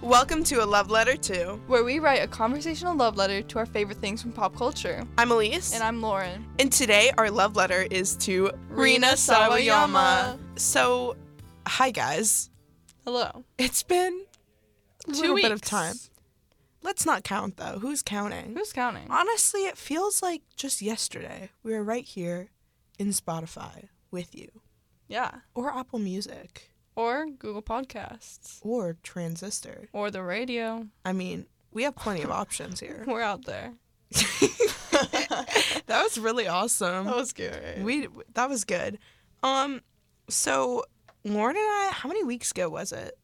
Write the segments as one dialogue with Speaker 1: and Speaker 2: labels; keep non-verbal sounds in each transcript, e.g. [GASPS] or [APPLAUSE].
Speaker 1: Welcome to A Love Letter 2.
Speaker 2: where we write a conversational love letter to our favorite things from pop culture.
Speaker 1: I'm Elise.
Speaker 2: And I'm Lauren.
Speaker 1: And today our love letter is to Rina
Speaker 2: Rina
Speaker 1: Sawayama.
Speaker 2: Sawayama.
Speaker 1: So, hi guys.
Speaker 2: Hello.
Speaker 1: It's been a
Speaker 2: Two
Speaker 1: little bit of
Speaker 2: weeks.
Speaker 1: time. Let's not count though. Who's counting?
Speaker 2: Who's counting?
Speaker 1: Honestly, it feels like just yesterday we were right here in Spotify with you
Speaker 2: Yeah.
Speaker 1: or Apple Music
Speaker 2: Or Google Podcasts.
Speaker 1: or Transistor.
Speaker 2: Or the radio.
Speaker 1: I mean, we have plenty of options
Speaker 2: [LAUGHS]
Speaker 1: here. [LAUGHS]
Speaker 2: We're out there.
Speaker 1: that was really awesome.
Speaker 2: was good.
Speaker 1: We that was good. Um, so Lauren and I, how many weeks ago was it?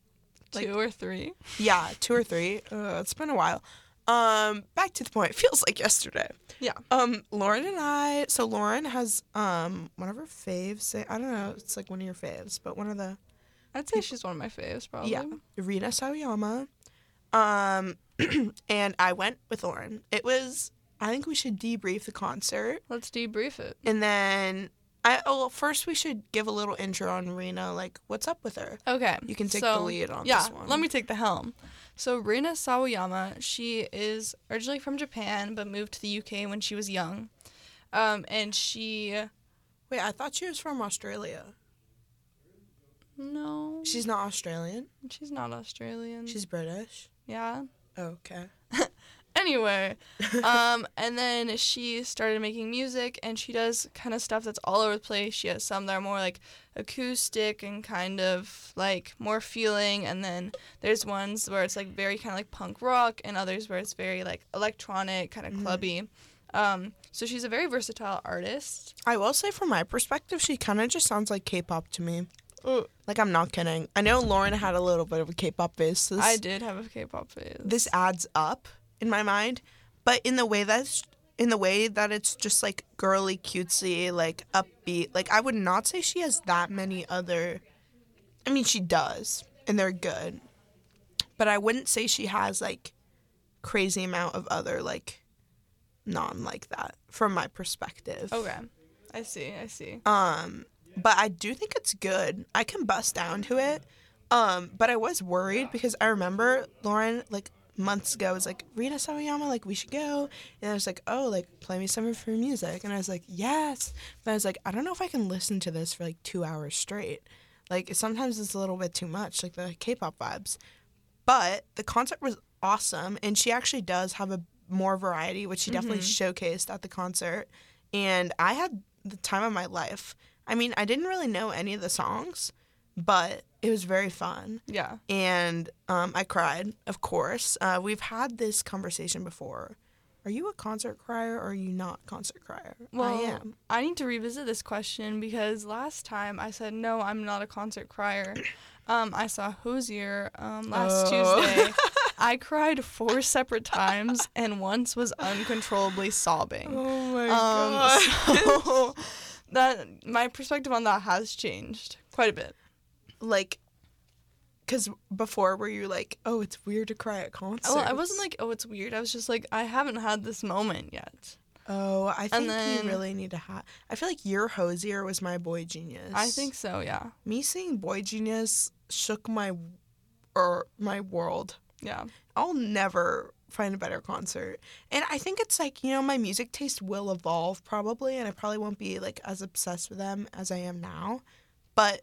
Speaker 1: like-
Speaker 2: Two or three.
Speaker 1: Yeah, two or three. [LAUGHS] Uh, it's been a while. Um, back to the point. [LAUGHS] It feels like yesterday.
Speaker 2: Yeah.
Speaker 1: Um, Lauren and I. So Lauren has um one of her faves. Say I don't know. It's like one of your faves, but one of the
Speaker 2: I'd say she's one of my faves, probably.
Speaker 1: yeah Rina Sawayama. Um, [CLEARS THROAT] and I went with Lauren. It was. I think we should debrief the concert.
Speaker 2: Let's debrief it.
Speaker 1: And then I oh, well, first we should give a little intro on Rena, like what's up with her.
Speaker 2: Okay.
Speaker 1: You can take the
Speaker 2: so-
Speaker 1: lead on
Speaker 2: yeah,
Speaker 1: this one.
Speaker 2: let me take the helm. So Rina Sawayama, she is originally from Japan but moved to the UK when she was young. Um, and she
Speaker 1: Wait, I thought she was from Australia.
Speaker 2: no,
Speaker 1: She's not Australian.
Speaker 2: she's not Australian.
Speaker 1: She's British.
Speaker 2: yeah.
Speaker 1: Okay.
Speaker 2: [LAUGHS] Anyway, um, and then she started making music, and she does kind of stuff that's all over the place. She has some that are more like acoustic and kind of like more feeling, and then there's ones where it's like very kind of like punk rock, and others where it's very like electronic, kind of clubby. Um, so she's a very versatile artist.
Speaker 1: I will say from my perspective, she kind of just sounds like K-pop to me.
Speaker 2: Ooh.
Speaker 1: Like I'm not kidding. I know Lauren had a little bit of a K-pop face. So this,
Speaker 2: I did have a K-pop phase.
Speaker 1: this adds up in my mind, but in the way that's in the way that it's just like girly, cutesy, like upbeat. Like I would not say she has that many other. I mean, she does, and they're good, but I wouldn't say she has like crazy amount of other like non like that from my perspective.
Speaker 2: okay, I see, I see.
Speaker 1: Um, but I do think it's good. I can bust down to it. Um, but I was worried because I remember Lauren like months ago was like Rita Sawayama, like we should go, and I was like, oh, like play me some of her music, and I was like, yes, but I was like, I don't know if I can listen to this for like two hours straight. Like sometimes it's a little bit too much, like the K-pop vibes. But the concert was awesome, and she actually does have a more variety, which she definitely showcased at the concert. And I had the time of my life. I mean, I didn't really know any of the songs, but it was very fun.
Speaker 2: yeah,
Speaker 1: And um, I cried, of course. Uh, we've had this conversation before. Are you a concert crier or are you not a concert crier?
Speaker 2: Well,
Speaker 1: I am.
Speaker 2: I need to revisit this question because last time I said no, I'm not a
Speaker 1: [CLEARS THROAT]
Speaker 2: concert crier. Um, I saw Hosier um, last
Speaker 1: Oh. [LAUGHS]
Speaker 2: Tuesday. I cried four separate times and once was uncontrollably sobbing.
Speaker 1: Oh my
Speaker 2: Um, so [LAUGHS] that my perspective on that has changed quite a bit.
Speaker 1: [LAUGHS] like, because before were you like, oh, it's weird to cry at concerts?
Speaker 2: Well, I wasn't like, oh, it's weird. I was just like, I haven't had this moment yet.
Speaker 1: Oh, I think
Speaker 2: then-
Speaker 1: you really need to have. I feel like your hosier was my boy genius.
Speaker 2: I think so. Yeah,
Speaker 1: me seeing boy genius shook my or my world.
Speaker 2: yeah,
Speaker 1: I'll never find a better concert. And I think it's like, you know, my music taste will evolve probably and I probably won't be like as obsessed with them as I am now. But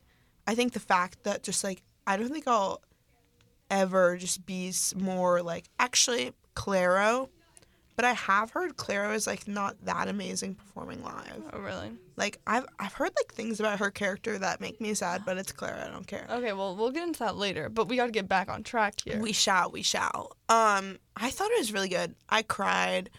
Speaker 1: I think the fact that just like I don't think I'll ever just be s- more like actually Claro, but I have heard Claro is like not that amazing performing live.
Speaker 2: oh, really.
Speaker 1: Like I've I've heard like things about her character that make me sad, but it's Claro, I don't care.
Speaker 2: Okay, well, we'll get into that later, but we got to get back on track here.
Speaker 1: We shall, we shall. Um, I thought it was really good. I cried.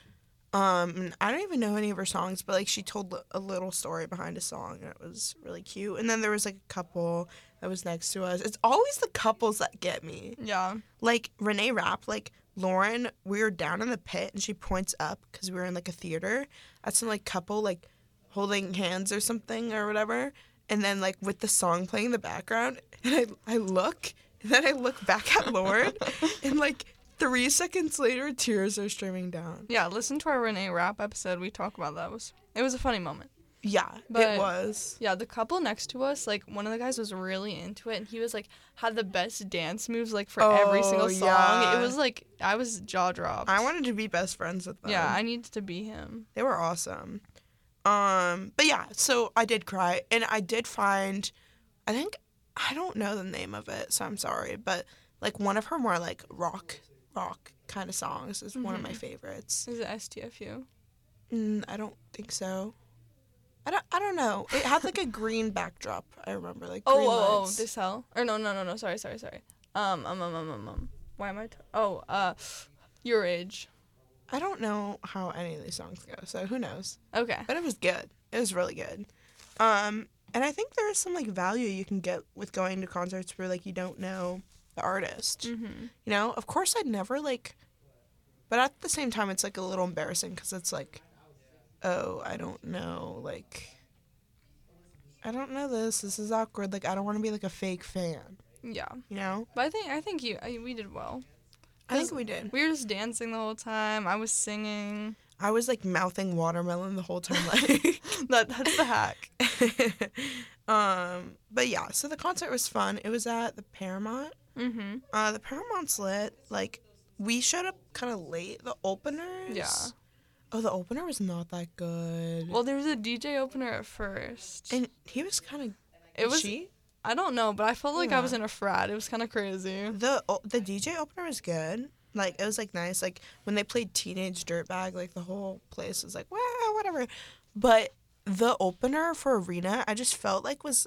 Speaker 1: Um, and I don't even know any of her songs, but like she told li- a little story behind a song, and it was really cute. And then there was like a couple that was next to us. It's always the couples that get me.
Speaker 2: yeah.
Speaker 1: Like Renee Rapp, like Lauren, we were down in the pit, and she points up because we were in like a theater at some like couple like holding hands or something or whatever. And then like with the song playing in the background, [LAUGHS] and I I look, and then I look back
Speaker 2: [LAUGHS]
Speaker 1: at Lauren, and like three seconds later, tears are streaming down.
Speaker 2: Yeah, listen to our Renee Rapp episode. We talk about that. It was it was a funny moment.
Speaker 1: Yeah,
Speaker 2: But-
Speaker 1: it was.
Speaker 2: Yeah, the couple next to us, like one of the guys was really into it, and he was like had the best dance moves like for every single
Speaker 1: Oh,
Speaker 2: song.
Speaker 1: yeah.
Speaker 2: It was like I was jaw dropped.
Speaker 1: I wanted to be best friends with them.
Speaker 2: Yeah, I needed to be him.
Speaker 1: they were awesome. Um, but yeah, so I did cry, and I did find, I think I don't know the name of it, so I'm sorry, but like one of her more like rock, rock kind of songs is one of
Speaker 2: Mm-hmm.
Speaker 1: my favorites.
Speaker 2: Is it STFU?
Speaker 1: Mm, I don't think so. I don't. I don't know. It had
Speaker 2: [LAUGHS]
Speaker 1: like a green backdrop. I remember like
Speaker 2: Oh,
Speaker 1: green
Speaker 2: oh, oh,
Speaker 1: lights.
Speaker 2: this hell? Or no, no, no, no. Sorry, sorry, sorry. Um, um, um, um, um. um. Why am I? T- oh, uh, your age.
Speaker 1: I don't know how any of these songs go, so who knows?
Speaker 2: Okay.
Speaker 1: But it was good. It was really good. Um, and I think there is some like value you can get with going to concerts where like you don't know the artist.
Speaker 2: Mm-hmm.
Speaker 1: You know, of course I'd never like, but at the same time it's like a little embarrassing because it's like, oh, I don't know, like, I don't know this. This is awkward. Like I don't want to be like a fake fan.
Speaker 2: Yeah,
Speaker 1: You know.
Speaker 2: but I think I think you I, we did well.
Speaker 1: I think
Speaker 2: Does-
Speaker 1: we did.
Speaker 2: We were just dancing the whole time. I was singing.
Speaker 1: I was like mouthing watermelon the whole time. [LAUGHS] Like.
Speaker 2: That that's the hack.
Speaker 1: [LAUGHS] um, but yeah, so the concert was fun. It was at the Paramount.
Speaker 2: Mm-hmm.
Speaker 1: Uh, the Paramount's lit. Like we showed up kind of late. The openers.
Speaker 2: Yeah.
Speaker 1: Oh, the opener was not that good.
Speaker 2: Well, there was a DJ opener at first.
Speaker 1: and he was kind of.
Speaker 2: it was
Speaker 1: she.
Speaker 2: I don't know, but I felt like I
Speaker 1: Yeah.
Speaker 2: was in a frat. It was kind of crazy.
Speaker 1: The o- the DJ opener was good. Like it was like nice. Like when they played Teenage Dirtbag, like the whole place was like wow, whatever. But the opener for Arena, I just felt like was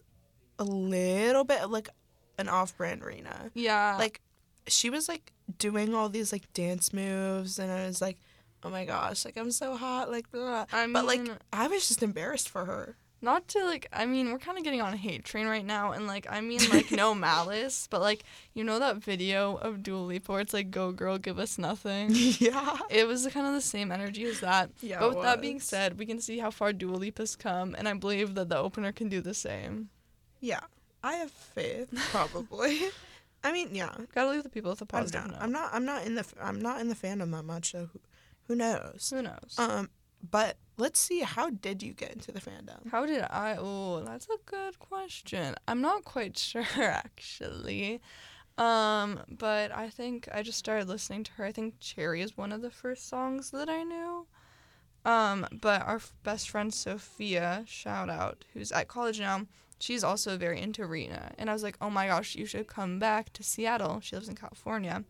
Speaker 1: a little bit like an off-brand Arena.
Speaker 2: Yeah.
Speaker 1: like she was like doing all these like dance moves and I was like, Oh my gosh, like I'm so hot, like blah.
Speaker 2: I
Speaker 1: but like
Speaker 2: mean-
Speaker 1: I was just embarrassed for
Speaker 2: [LAUGHS]
Speaker 1: her.
Speaker 2: not to like i mean we're kind of getting on a hate train right now and like i mean like
Speaker 1: [LAUGHS]
Speaker 2: no malice but like you know that video of Dua Lipa where it's like go girl give us
Speaker 1: [LAUGHS]
Speaker 2: nothing
Speaker 1: yeah.
Speaker 2: it was kind of the same energy as that
Speaker 1: Yeah,
Speaker 2: but
Speaker 1: it
Speaker 2: with that being
Speaker 1: was.
Speaker 2: said we can see how far Dua Lipa's come and i believe that the opener can do the same
Speaker 1: Yeah. I have faith, probably. I mean, yeah.
Speaker 2: gotta leave the people with a
Speaker 1: I
Speaker 2: positive
Speaker 1: don't know.
Speaker 2: note
Speaker 1: I'm not I'm not in the I'm not in the fandom that much, so who, who knows?
Speaker 2: who knows
Speaker 1: Um but let's see how did you get into the fandom?
Speaker 2: how did i oh that's a good question i'm not quite [LAUGHS] sure actually um but i think i just started listening to her i think cherry is one of the first songs that i knew um but our f- best friend sophia shout out who's at college now she's also very into rena and i was like oh my gosh you should come back to seattle she lives in california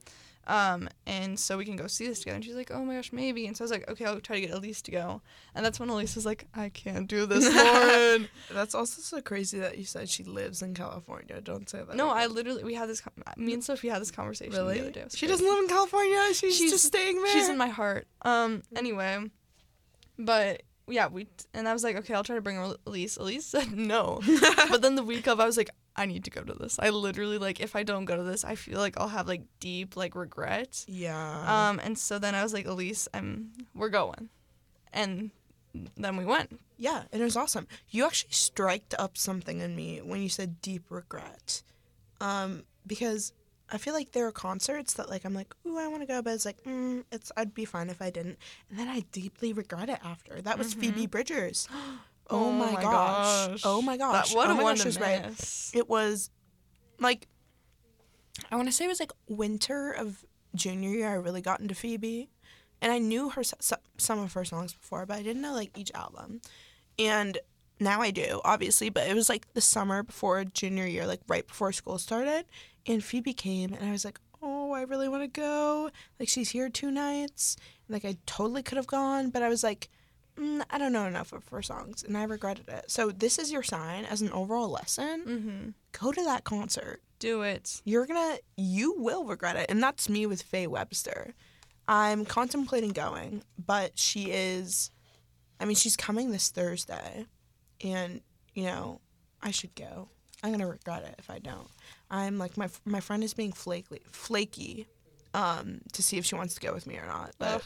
Speaker 2: um and so we can go see this together and she's like oh my gosh maybe and so i was like okay i'll try to get elise to go and that's when elise was like i can't do this
Speaker 1: [LAUGHS]
Speaker 2: lauren
Speaker 1: That's also so crazy that you said she lives in California. Don't say that.
Speaker 2: No, I
Speaker 1: again.
Speaker 2: literally we had this. con- uh, Me and Sophie had this conversation the other
Speaker 1: really.
Speaker 2: day. It was
Speaker 1: She
Speaker 2: crazy.
Speaker 1: doesn't live in California. She's,
Speaker 2: She's-
Speaker 1: just staying there.
Speaker 2: She's in my heart. Um. Anyway, but yeah, we and I was like, okay, I'll try to bring El- Elise. Elise said no,
Speaker 1: [LAUGHS]
Speaker 2: but then the week of, I was like, I need to go to this. I literally like, if I don't go to this, I feel like I'll have like deep like regret.
Speaker 1: Yeah.
Speaker 2: Um. And so then I was like, Elise, I'm we're going, and then we went.
Speaker 1: yeah, and it was awesome. You actually striked up something in me when you said deep regret. Um, because I feel like there are concerts that like I'm like, ooh, I want to go, but it's like, mm, it's I'd be fine if I didn't, and then I deeply regret it after. That was Phoebe [GASPS] Bridgers. Mm-hmm. Oh, my, gosh. Oh my gosh.
Speaker 2: That, what
Speaker 1: oh
Speaker 2: a
Speaker 1: my
Speaker 2: one
Speaker 1: gosh,
Speaker 2: to
Speaker 1: she was
Speaker 2: miss.
Speaker 1: right. It was like I want to say it was like winter of junior year. I really got into Phoebe, and I knew her s- s- some of her songs before, but I didn't know like each album. And now I do, obviously. But it was like the summer before junior year, like right before school started, and Phoebe came, and I was like, oh, I really want to go. Like she's here two nights. And, like I totally could have gone, but I was like. Mm, I don't know enough of her songs, and I regretted it. So this is your sign as an overall lesson
Speaker 2: Mm-hmm.
Speaker 1: go to that concert.
Speaker 2: Do it.
Speaker 1: You're gonna, you will regret it. And that's me with Faye Webster. I'm contemplating going, but she is, I mean, she's coming this Thursday. And, you know, I should go. I'm gonna regret it if I don't. I'm like, my, my friend is being flaky, flaky um, to see if she wants to go with me or not. But
Speaker 2: Ugh.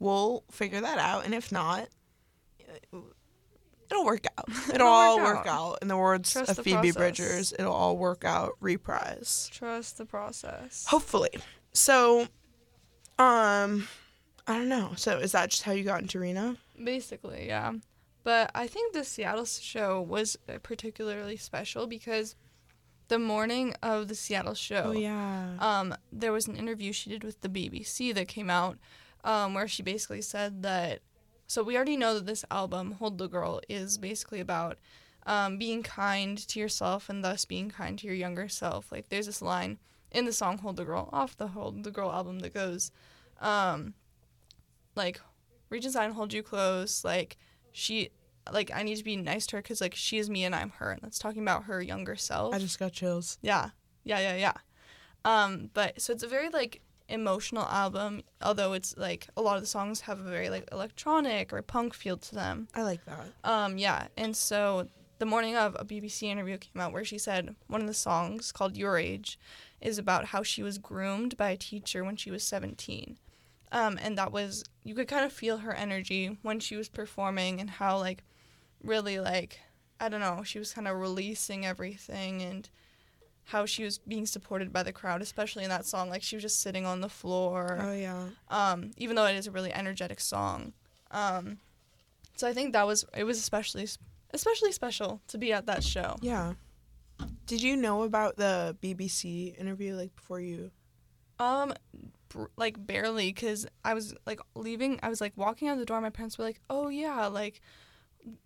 Speaker 1: we'll figure that out. And if not, it'll work out.
Speaker 2: [LAUGHS]
Speaker 1: It'll,
Speaker 2: It'll
Speaker 1: all
Speaker 2: work
Speaker 1: work out.
Speaker 2: out.
Speaker 1: In the words
Speaker 2: Trust
Speaker 1: of
Speaker 2: the
Speaker 1: Phoebe
Speaker 2: process.
Speaker 1: Bridgers, it'll all work out. Reprise.
Speaker 2: Trust the process.
Speaker 1: Hopefully. So, um, I don't know. So is that just how you got into Reno?
Speaker 2: Basically, yeah. But I think the Seattle show was uh, particularly special because the morning of the Seattle show,
Speaker 1: Oh yeah.
Speaker 2: um, there was an interview she did with the BBC that came out um, where she basically said that. So we already know that this album, Hold the Girl, is basically about um, being kind to yourself and thus being kind to your younger self. Like there's this line in the song Hold the Girl off the Hold the Girl album that goes, um, like, reach inside and hold you close. Like she, like I need to be nice to her because like she is me and I'm her, and that's talking about her younger self.
Speaker 1: I just got chills.
Speaker 2: Yeah. Yeah, yeah, yeah. Um, but so it's a very like emotional album, although it's like a lot of the songs have a very like electronic or punk feel to them.
Speaker 1: I like that.
Speaker 2: Um, yeah. And so the morning of a BBC interview came out where she said one of the songs called Your Age is about how she was groomed by a teacher when she was 17. Um, and that was, you could kind of feel her energy when she was performing and how, like, really, like, I don't know, she was kind of releasing everything and how she was being supported by the crowd, especially in that song. Like, she was just sitting on the floor
Speaker 1: Oh yeah.
Speaker 2: um, even though it is a really energetic song. Um, so I think that was it was especially especially special to be at that show.
Speaker 1: Yeah. Did you know about the BBC interview like before you?
Speaker 2: Um, br- like barely because I was like leaving. I was like walking out the door. My parents were like, "Oh yeah, like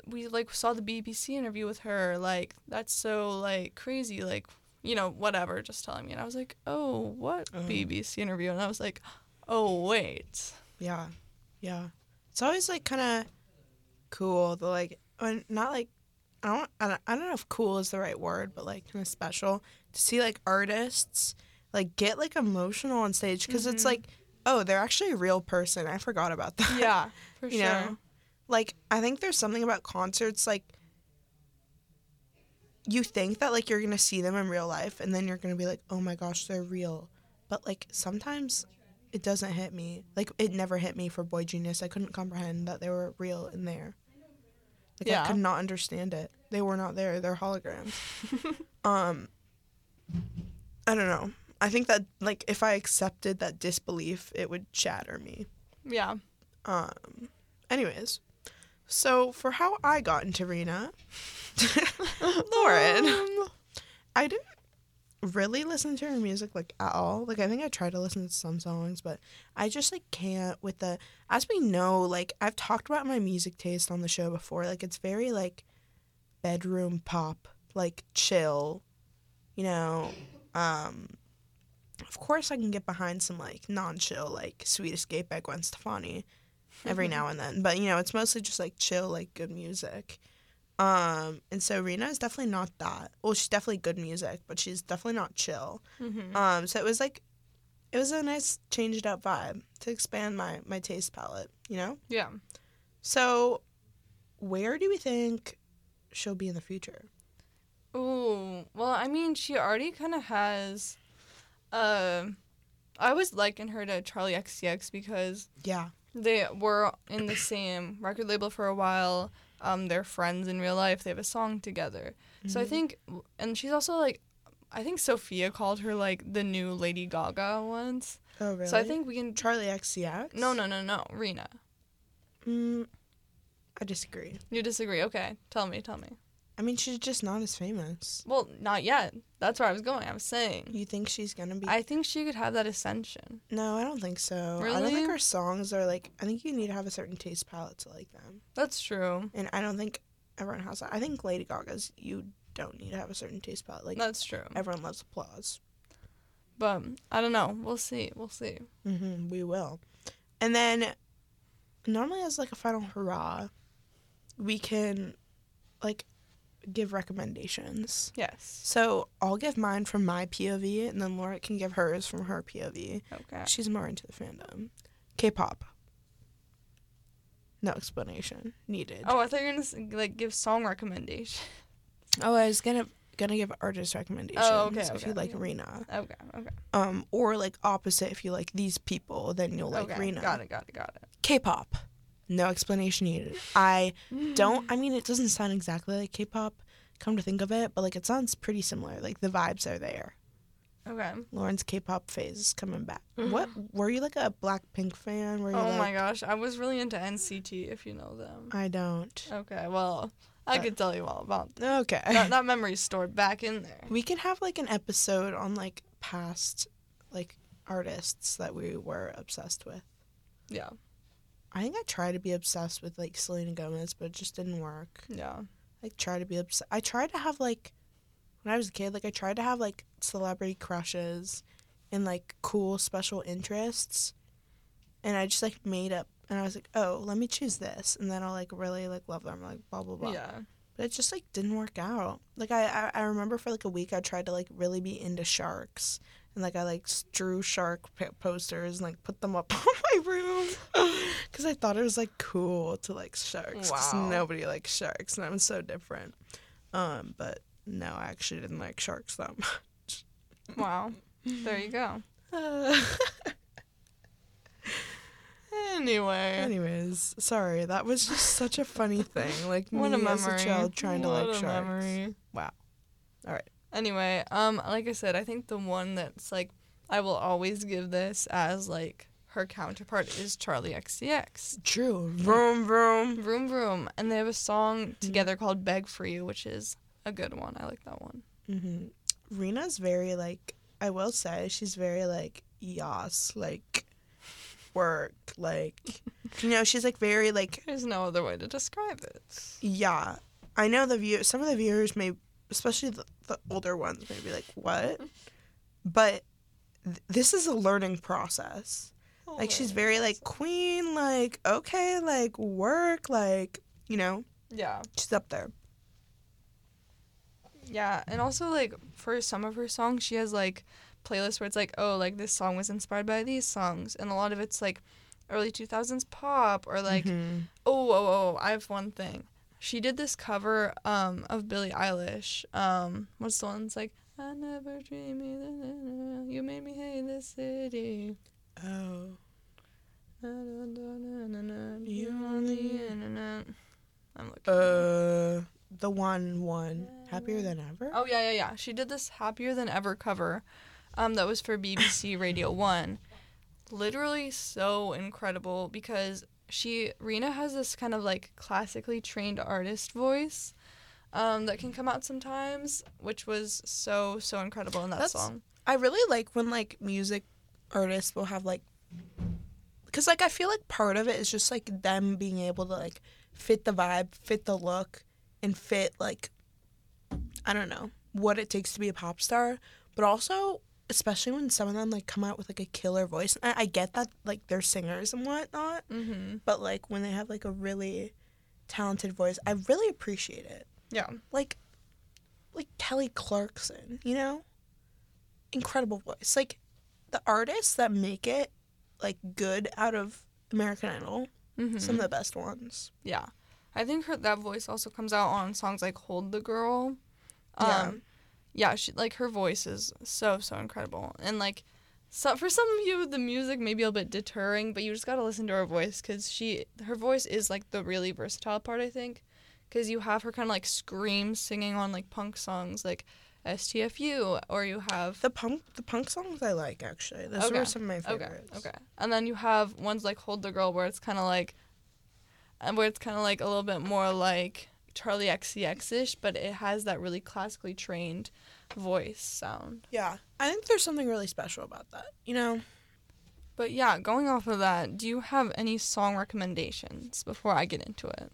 Speaker 2: we like saw the BBC interview with her. Like that's so like crazy. Like you know whatever." Just telling me, and I was like, "Oh, what
Speaker 1: Oh.
Speaker 2: BBC interview?" And I was like, "Oh wait."
Speaker 1: Yeah. Yeah. It's always like kind of cool. The like, when- not like, I don't, I don't, I don't know if cool is the right word, but like kind of special to see like artists like get like emotional on stage because it's
Speaker 2: Mhm.
Speaker 1: like, oh, they're actually a real person. I forgot about that.
Speaker 2: Yeah, for
Speaker 1: you
Speaker 2: sure.
Speaker 1: know like i think there's something about concerts like you think that like you're gonna see them in real life and then you're gonna be like oh my gosh they're real but like sometimes it doesn't hit me like it never hit me for boy genius i couldn't comprehend that they were real in there like i
Speaker 2: Yeah.
Speaker 1: could not understand it they were not there they're holograms
Speaker 2: [LAUGHS]
Speaker 1: um i don't know i think that like if i accepted that disbelief it would shatter me
Speaker 2: Yeah.
Speaker 1: um, anyways, so for how I got into Rena, [LAUGHS] Lauren,
Speaker 2: Um,
Speaker 1: I didn't really listen to her music like at all. Like I think I tried to listen to some songs, but I just like can't with the as we know, like I've talked about my music taste on the show before. Like it's very like bedroom pop, like chill, you know. Um of course I can get behind some like non chill like Sweet Escape by Gwen Stefani every now and then. But you know, it's mostly just like chill, like good music. Um and so Rena is definitely not that. Well, she's definitely good music, but she's definitely not chill.
Speaker 2: mhm.
Speaker 1: Um, so it was like, it was a nice change it up vibe to expand my my taste palette, you know.
Speaker 2: Yeah.
Speaker 1: So, where do we think she'll be in the future?
Speaker 2: Ooh. Well, I mean, she already kind of has. Um, I always liken her to Charlie XCX because
Speaker 1: Yeah,
Speaker 2: they were in the same record label for a while. Um, they're friends in real life. They have a song together. So I
Speaker 1: Mhm.
Speaker 2: think, and she's also like, I think Sophia called her like the new Lady Gaga once.
Speaker 1: Oh really?
Speaker 2: So I think we can.
Speaker 1: Charlie XCX.
Speaker 2: No, no, no, no. Rena,
Speaker 1: Mm, I disagree.
Speaker 2: you disagree? Okay, tell me, tell me.
Speaker 1: I mean, she's just not as famous.
Speaker 2: Well, not yet. That's where I was going. I was saying.
Speaker 1: You think she's gonna be?
Speaker 2: I think she could have that ascension.
Speaker 1: no, I don't think so. I don't
Speaker 2: Really?
Speaker 1: think her songs are like. I think you need to have a certain taste palette to like them,
Speaker 2: That's true.
Speaker 1: and I don't think everyone has that. I think Lady Gaga's. You don't need to have a certain taste palette. Like
Speaker 2: That's true.
Speaker 1: everyone loves applause.
Speaker 2: But um, I don't know. We'll see. We'll see.
Speaker 1: hmm we will. And then, normally as like a final hurrah, we can, like, give recommendations.
Speaker 2: Yes.
Speaker 1: So I'll give mine from my POV, and then Laura can give hers from her POV.
Speaker 2: Okay.
Speaker 1: She's more into the fandom. K-pop. No explanation needed.
Speaker 2: Oh, I thought you were gonna s- like give song recommendation.
Speaker 1: Oh, I was gonna gonna give artist recommendations. If
Speaker 2: Oh, okay,
Speaker 1: you like
Speaker 2: okay.
Speaker 1: Rena,
Speaker 2: [LAUGHS] Okay. Okay.
Speaker 1: um, or like opposite, if you like these people, then you'll like
Speaker 2: okay.
Speaker 1: Rena.
Speaker 2: Got it. Got it. Got it.
Speaker 1: K-pop. No explanation needed. I don't. I mean, it doesn't sound exactly like K-pop. Come to think of it, but like it sounds pretty similar. Like the vibes are there.
Speaker 2: Okay.
Speaker 1: Lauren's K-pop phase is coming back. What were you like a Blackpink fan? Were you
Speaker 2: Mm-hmm. Oh
Speaker 1: like,
Speaker 2: my gosh, I was really into NCT. If you know them.
Speaker 1: I don't.
Speaker 2: Okay. Well, I could tell you all [LAUGHS] about
Speaker 1: Okay.
Speaker 2: that. That memory's stored back in there.
Speaker 1: [LAUGHS] we could have like an episode on like past like artists that we were obsessed with.
Speaker 2: Yeah.
Speaker 1: I think I tried to be obsessed with like Selena Gomez, but it just didn't work.
Speaker 2: Yeah.
Speaker 1: I tried to be obsessed. I tried to have like when I was a kid, like I tried to have like celebrity crushes and like cool special interests, and I just like made up. And I was like, oh, let me choose this, and then I'll like really like love them, like blah blah blah.
Speaker 2: Yeah.
Speaker 1: But it just like didn't work out. Like I, I I remember for like a week I tried to like really be into sharks, and like I like s- drew shark p- posters and like put them up [LAUGHS] on my room, because I thought it was like cool to like sharks. 'cause
Speaker 2: Wow.
Speaker 1: nobody likes sharks, and I'm so different. Um, but no, I actually didn't like sharks that much.
Speaker 2: Wow. There you go.
Speaker 1: Uh,
Speaker 2: [LAUGHS] [LAUGHS] Anyway.
Speaker 1: anyways, sorry, that was just such a funny thing. Like
Speaker 2: What a
Speaker 1: me as
Speaker 2: memory.
Speaker 1: a child trying to
Speaker 2: What
Speaker 1: like
Speaker 2: a
Speaker 1: sharks.
Speaker 2: memory.
Speaker 1: Wow. All right.
Speaker 2: Anyway, um, like I said, I think the one that's like I will always give this as like her counterpart is Charlie XCX.
Speaker 1: True. Vroom vroom.
Speaker 2: Vroom Vroom, and they have a
Speaker 1: Mm-hmm.
Speaker 2: song together called "Beg for You," which is a good one. I like that one.
Speaker 1: hmm Rena's very like I will say she's very like yas like work like you know she's like very like
Speaker 2: There's no other way to describe it.
Speaker 1: yeah. I know the view some of the viewers may especially the, the older ones may be like what, but th- this is a learning process. Like she's very like queen like okay like work like you know
Speaker 2: yeah,
Speaker 1: she's up there.
Speaker 2: yeah, and also like for some of her songs, she has like playlists where it's like, oh, like this song was inspired by these songs, and a lot of it's like early 2000s pop or like
Speaker 1: Mhm.
Speaker 2: oh, oh, oh, I have one thing. She did this cover um, of Billie Eilish. Um, what's the one? It's like, I never dreamed you- you made me hate this city.
Speaker 1: oh
Speaker 2: You on the internet. I'm looking.
Speaker 1: uh the one one happier than ever.
Speaker 2: oh, yeah, yeah, yeah. She did this Happier Than Ever cover um, that was for BBC [LAUGHS] Radio 1. Literally so incredible because she, Rena has this kind of like classically trained artist voice. Um, that can come out sometimes, which was so so incredible in that
Speaker 1: That's-
Speaker 2: song.
Speaker 1: I really like when like music artists will have like cuz like I feel like part of it is just like them being able to like fit the vibe, fit the look and fit like I don't know, what it takes to be a pop star, but also especially when some of them like come out with like a killer voice. I, I get that like they're singers and whatnot,
Speaker 2: Mm-hmm.
Speaker 1: but like when they have like a really talented voice, I really appreciate it.
Speaker 2: Yeah,
Speaker 1: like like Kelly Clarkson, you know? Incredible voice. Like the artists that make it like good out of American Idol,
Speaker 2: mm-hmm.
Speaker 1: some of the best ones.
Speaker 2: Yeah. I think her that voice also comes out on songs like Hold the Girl. Um
Speaker 1: Yeah.
Speaker 2: yeah, she like her voice is so so incredible. And like so for some of you the music may be a bit deterring, but you just got to listen to her voice cuz she her voice is like the really versatile part I think cuz you have her kind of like scream singing on like punk songs like STFU or you have
Speaker 1: The punk the punk songs I like actually. Those
Speaker 2: Okay.
Speaker 1: were some of my
Speaker 2: Okay.
Speaker 1: favorites.
Speaker 2: Okay. And then you have ones like Hold the Girl where it's kind of like and where it's kind of like a little bit more like Charlie XCX-ish, but it has that really classically trained voice sound.
Speaker 1: Yeah. I think there's something really special about that. You know?
Speaker 2: But yeah, going off of that, do you have any song recommendations before I get into it?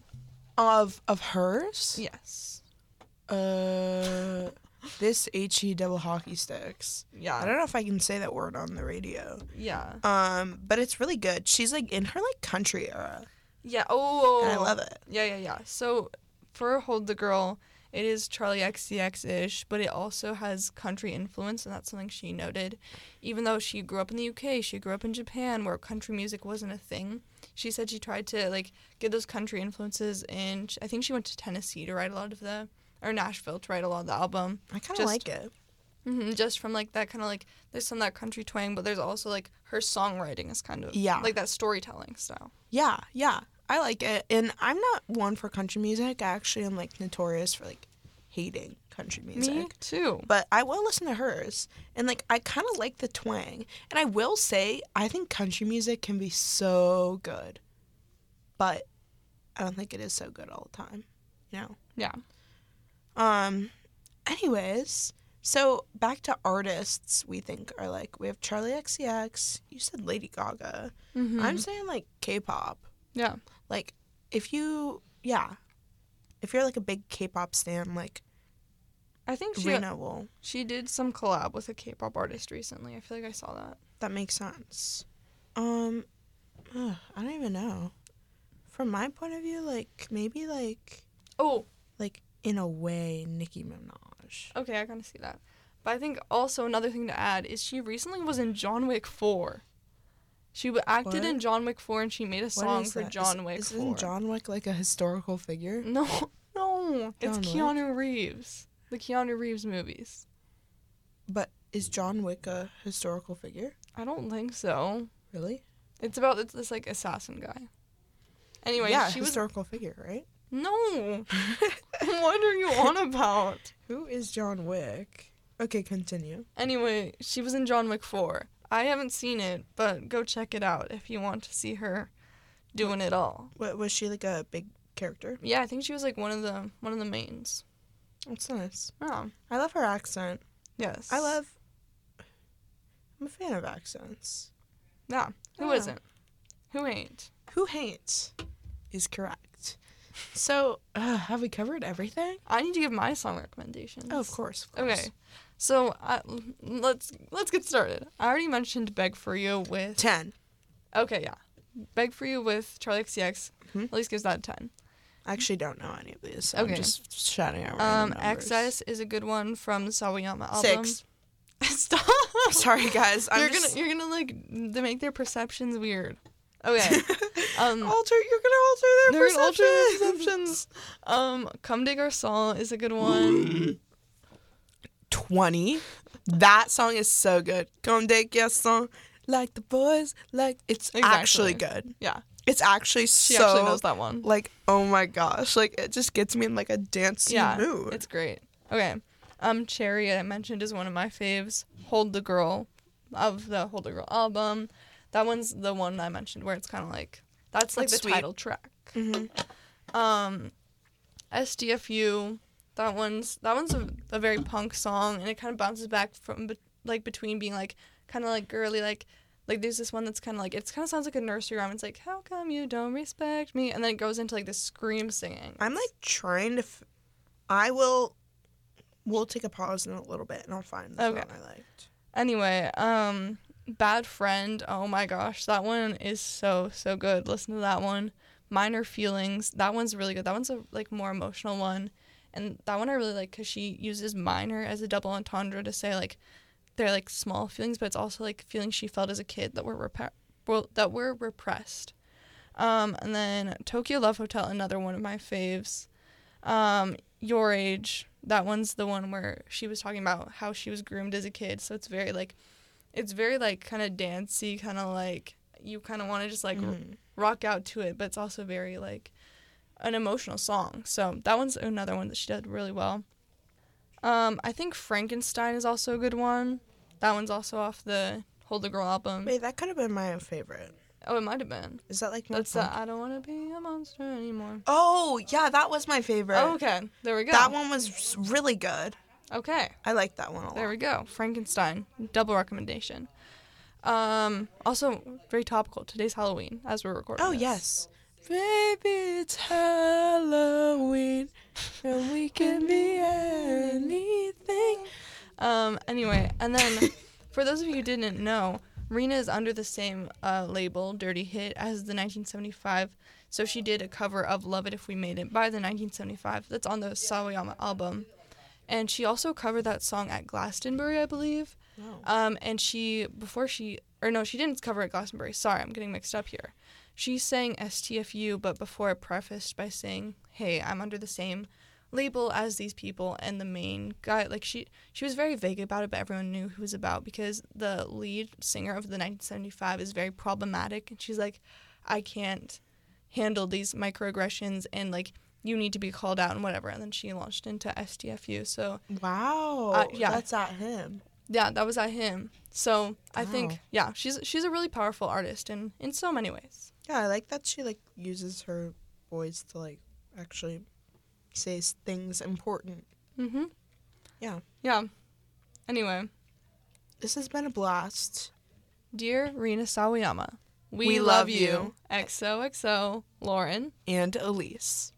Speaker 1: Of of hers?
Speaker 2: Yes.
Speaker 1: Uh this H E double hockey sticks. I
Speaker 2: Yeah.
Speaker 1: don't know if I can say that word on the radio.
Speaker 2: Yeah.
Speaker 1: Um, but it's really good. She's like in her like country era.
Speaker 2: Yeah. Oh.
Speaker 1: And I love it.
Speaker 2: Yeah, yeah, yeah. So for Hold the Girl, it is Charlie XCX ish, but it also has country influence, and that's something she noted. Even though she grew up in the UK, she grew up in Japan where country music wasn't a thing. She said she tried to like get those country influences in. I think she went to Tennessee to write a lot of the, or Nashville to write a lot of the album.
Speaker 1: I kind of
Speaker 2: Just-
Speaker 1: like it.
Speaker 2: hmm just from like that kind of like there's some of that country twang, but there's also like her songwriting is kind of
Speaker 1: Yeah.
Speaker 2: like that storytelling style.
Speaker 1: Yeah, yeah. I like it. And I'm not one for country music. I actually am like notorious for like hating country music.
Speaker 2: Me too.
Speaker 1: But I will listen to hers. And like I kind of like the twang. And I will say I think country music can be so good. But I don't think it is so good all the time. You know.
Speaker 2: Yeah.
Speaker 1: Um anyways, so back to artists we think are like we have Charlie XCX, you said Lady Gaga.
Speaker 2: Mm-hmm.
Speaker 1: I'm saying like K-pop.
Speaker 2: yeah.
Speaker 1: Like if you yeah, if you're like a big K-pop stan, like
Speaker 2: I think she
Speaker 1: Rena will.
Speaker 2: she did some collab with a K-pop artist recently. I feel like I saw that.
Speaker 1: That makes sense. Um, ugh, I don't even know. From my point of view, like maybe like
Speaker 2: Oh,
Speaker 1: like in a way, Nicki Minaj.
Speaker 2: okay, I kind of see that. But I think also another thing to add is she recently was in John Wick 4. She w- acted in
Speaker 1: What?
Speaker 2: John Wick 4 and she made a song
Speaker 1: is
Speaker 2: for
Speaker 1: that? Is-
Speaker 2: John Wick
Speaker 1: Isn't
Speaker 2: 4.
Speaker 1: John Wick like a historical figure?
Speaker 2: [LAUGHS] No, no. It's
Speaker 1: John
Speaker 2: Keanu Reeves. The Keanu Reeves movies.
Speaker 1: But is John Wick a historical figure?
Speaker 2: I don't think so.
Speaker 1: Really?
Speaker 2: It's about this, this like assassin guy. Anyway,
Speaker 1: yeah,
Speaker 2: she was
Speaker 1: historical figure,
Speaker 2: [LAUGHS]
Speaker 1: right?
Speaker 2: No. [LAUGHS] what are you on about?
Speaker 1: Who is John Wick? Okay, continue.
Speaker 2: [LAUGHS] Anyway, she was in John Wick 4. I haven't seen it, but go check it out if you want to see her doing it all.
Speaker 1: What was she like a big character?
Speaker 2: Yeah, I think she was like one of the one of the mains.
Speaker 1: That's nice.
Speaker 2: Oh,
Speaker 1: I love her accent.
Speaker 2: yes.
Speaker 1: I love. I'm a fan of accents.
Speaker 2: Yeah. Who
Speaker 1: Yeah.
Speaker 2: not Who ain't?
Speaker 1: Who hates is correct. So, uh, have we covered everything?
Speaker 2: I need to give my song recommendations.
Speaker 1: Oh, of course, of course.
Speaker 2: Okay. So, I, let's let's get started. I already mentioned Beg for You with
Speaker 1: 10.
Speaker 2: Okay, yeah. Beg for You with Charlie XCX.
Speaker 1: Mhm.
Speaker 2: At least gives that a 10.
Speaker 1: I actually don't know any of these. So I'm
Speaker 2: Okay.
Speaker 1: just shouting out
Speaker 2: Um,
Speaker 1: random numbers.
Speaker 2: Excess is a good one from the Sawayama album.
Speaker 1: Six.
Speaker 2: [LAUGHS] Stop.
Speaker 1: [LAUGHS] Sorry, guys. I'm
Speaker 2: you're
Speaker 1: just...
Speaker 2: gonna you're gonna like they make their perceptions weird.
Speaker 1: [LAUGHS]
Speaker 2: Okay. Um,
Speaker 1: alter. You're gonna alter their
Speaker 2: they're gonna alter
Speaker 1: perception.
Speaker 2: their perceptions. Um, Come Dig Our Soul is a good
Speaker 1: Mm.
Speaker 2: one.
Speaker 1: Twenty. That song is so good. Comme des garçons, like the boys, like it's actually
Speaker 2: Exactly.
Speaker 1: good.
Speaker 2: Yeah,
Speaker 1: It's actually
Speaker 2: she
Speaker 1: so
Speaker 2: actually knows that one.
Speaker 1: like oh my gosh, like it just gets me in like a dancing
Speaker 2: yeah,
Speaker 1: mood.
Speaker 2: it's great. Okay. Um, Chariot I mentioned is one of my faves. Hold the Girl, of the Hold the Girl album, that one's the one I mentioned where it's kind of like that's like
Speaker 1: That's
Speaker 2: the
Speaker 1: sweet.
Speaker 2: title track.
Speaker 1: Mhm.
Speaker 2: Um, SDFU. That one's that one's a, a very punk song, and it kind of bounces back from bet- like between being like kind of like girly, like like there's this one that's kind of like it kind of sounds like a nursery rhyme. It's like how come you don't respect me, and then it goes into like this scream singing.
Speaker 1: I'm like trying to. F- I will. We'll take a pause in a little bit, and I'll find the
Speaker 2: Okay.
Speaker 1: one I liked.
Speaker 2: anyway, um, bad friend. Oh my gosh, that one is so so good. Listen to that one. Minor feelings. That one's really good. That one's a like more emotional one, and that one I really like because she uses minor as a double entendre to say like they're like small feelings, but it's also like feelings she felt as a kid that were repressed. Well, that were repressed. Um, and then Tokyo Love Hotel, another one of my faves. Um, Your Age, that one's the one where she was talking about how she was groomed as a kid. So it's very like, it's very like kind of dancey, kind of like you kind of want to just like r-
Speaker 1: Mhm.
Speaker 2: rock out to it, but it's also very like an emotional song. So that one's another one that she did really well. Um, I think Frankenstein is also a good one. That one's also off the Hold the Girl album.
Speaker 1: Wait, that could have been my favorite.
Speaker 2: Oh, it might have been.
Speaker 1: Is that like my
Speaker 2: That's uh, the
Speaker 1: punk-
Speaker 2: I don't want to be a monster anymore.
Speaker 1: Oh yeah, that was my favorite.
Speaker 2: Oh, okay. There we go.
Speaker 1: That one was really good.
Speaker 2: Okay.
Speaker 1: I liked that one a lot.
Speaker 2: There we go. Frankenstein. Double recommendation. Um, also very topical. Today's Halloween as we're recording.
Speaker 1: oh
Speaker 2: this.
Speaker 1: yes. Baby, it's Halloween, and we can [LAUGHS] be anything.
Speaker 2: Um, anyway, and then [LAUGHS] for those of you who didn't know, Rena is under the same uh, label, Dirty Hit, as the 1975. So she did a cover of Love It If We Made It by the 1975. That's on the Sawayama album. And she also covered that song at Glastonbury, I believe. Um, and she before she or no, she didn't cover at Glastonbury. Sorry, I'm getting mixed up here. She sang STFU, but before it prefaced by saying, "Hey, I'm under the same label as these people," and the main guy, like she, she was very vague about it, but everyone knew who it was about because the lead singer of the 1975 is very problematic, and she's like, "I can't handle these microaggressions," and like you need to be called out and whatever. And then she launched into SDFU. So
Speaker 1: Wow.
Speaker 2: Uh, yeah.
Speaker 1: That's at him.
Speaker 2: yeah, that was at him. So I
Speaker 1: Wow.
Speaker 2: think yeah, she's she's a really powerful artist in in so many ways.
Speaker 1: Yeah, I like that she like uses her voice to like actually say s- things important.
Speaker 2: Mm-hmm.
Speaker 1: Yeah.
Speaker 2: Yeah. Anyway,
Speaker 1: This has been a blast.
Speaker 2: dear Rina Sawayama, we,
Speaker 1: We love you.
Speaker 2: XOXO, Lauren.
Speaker 1: And Elise.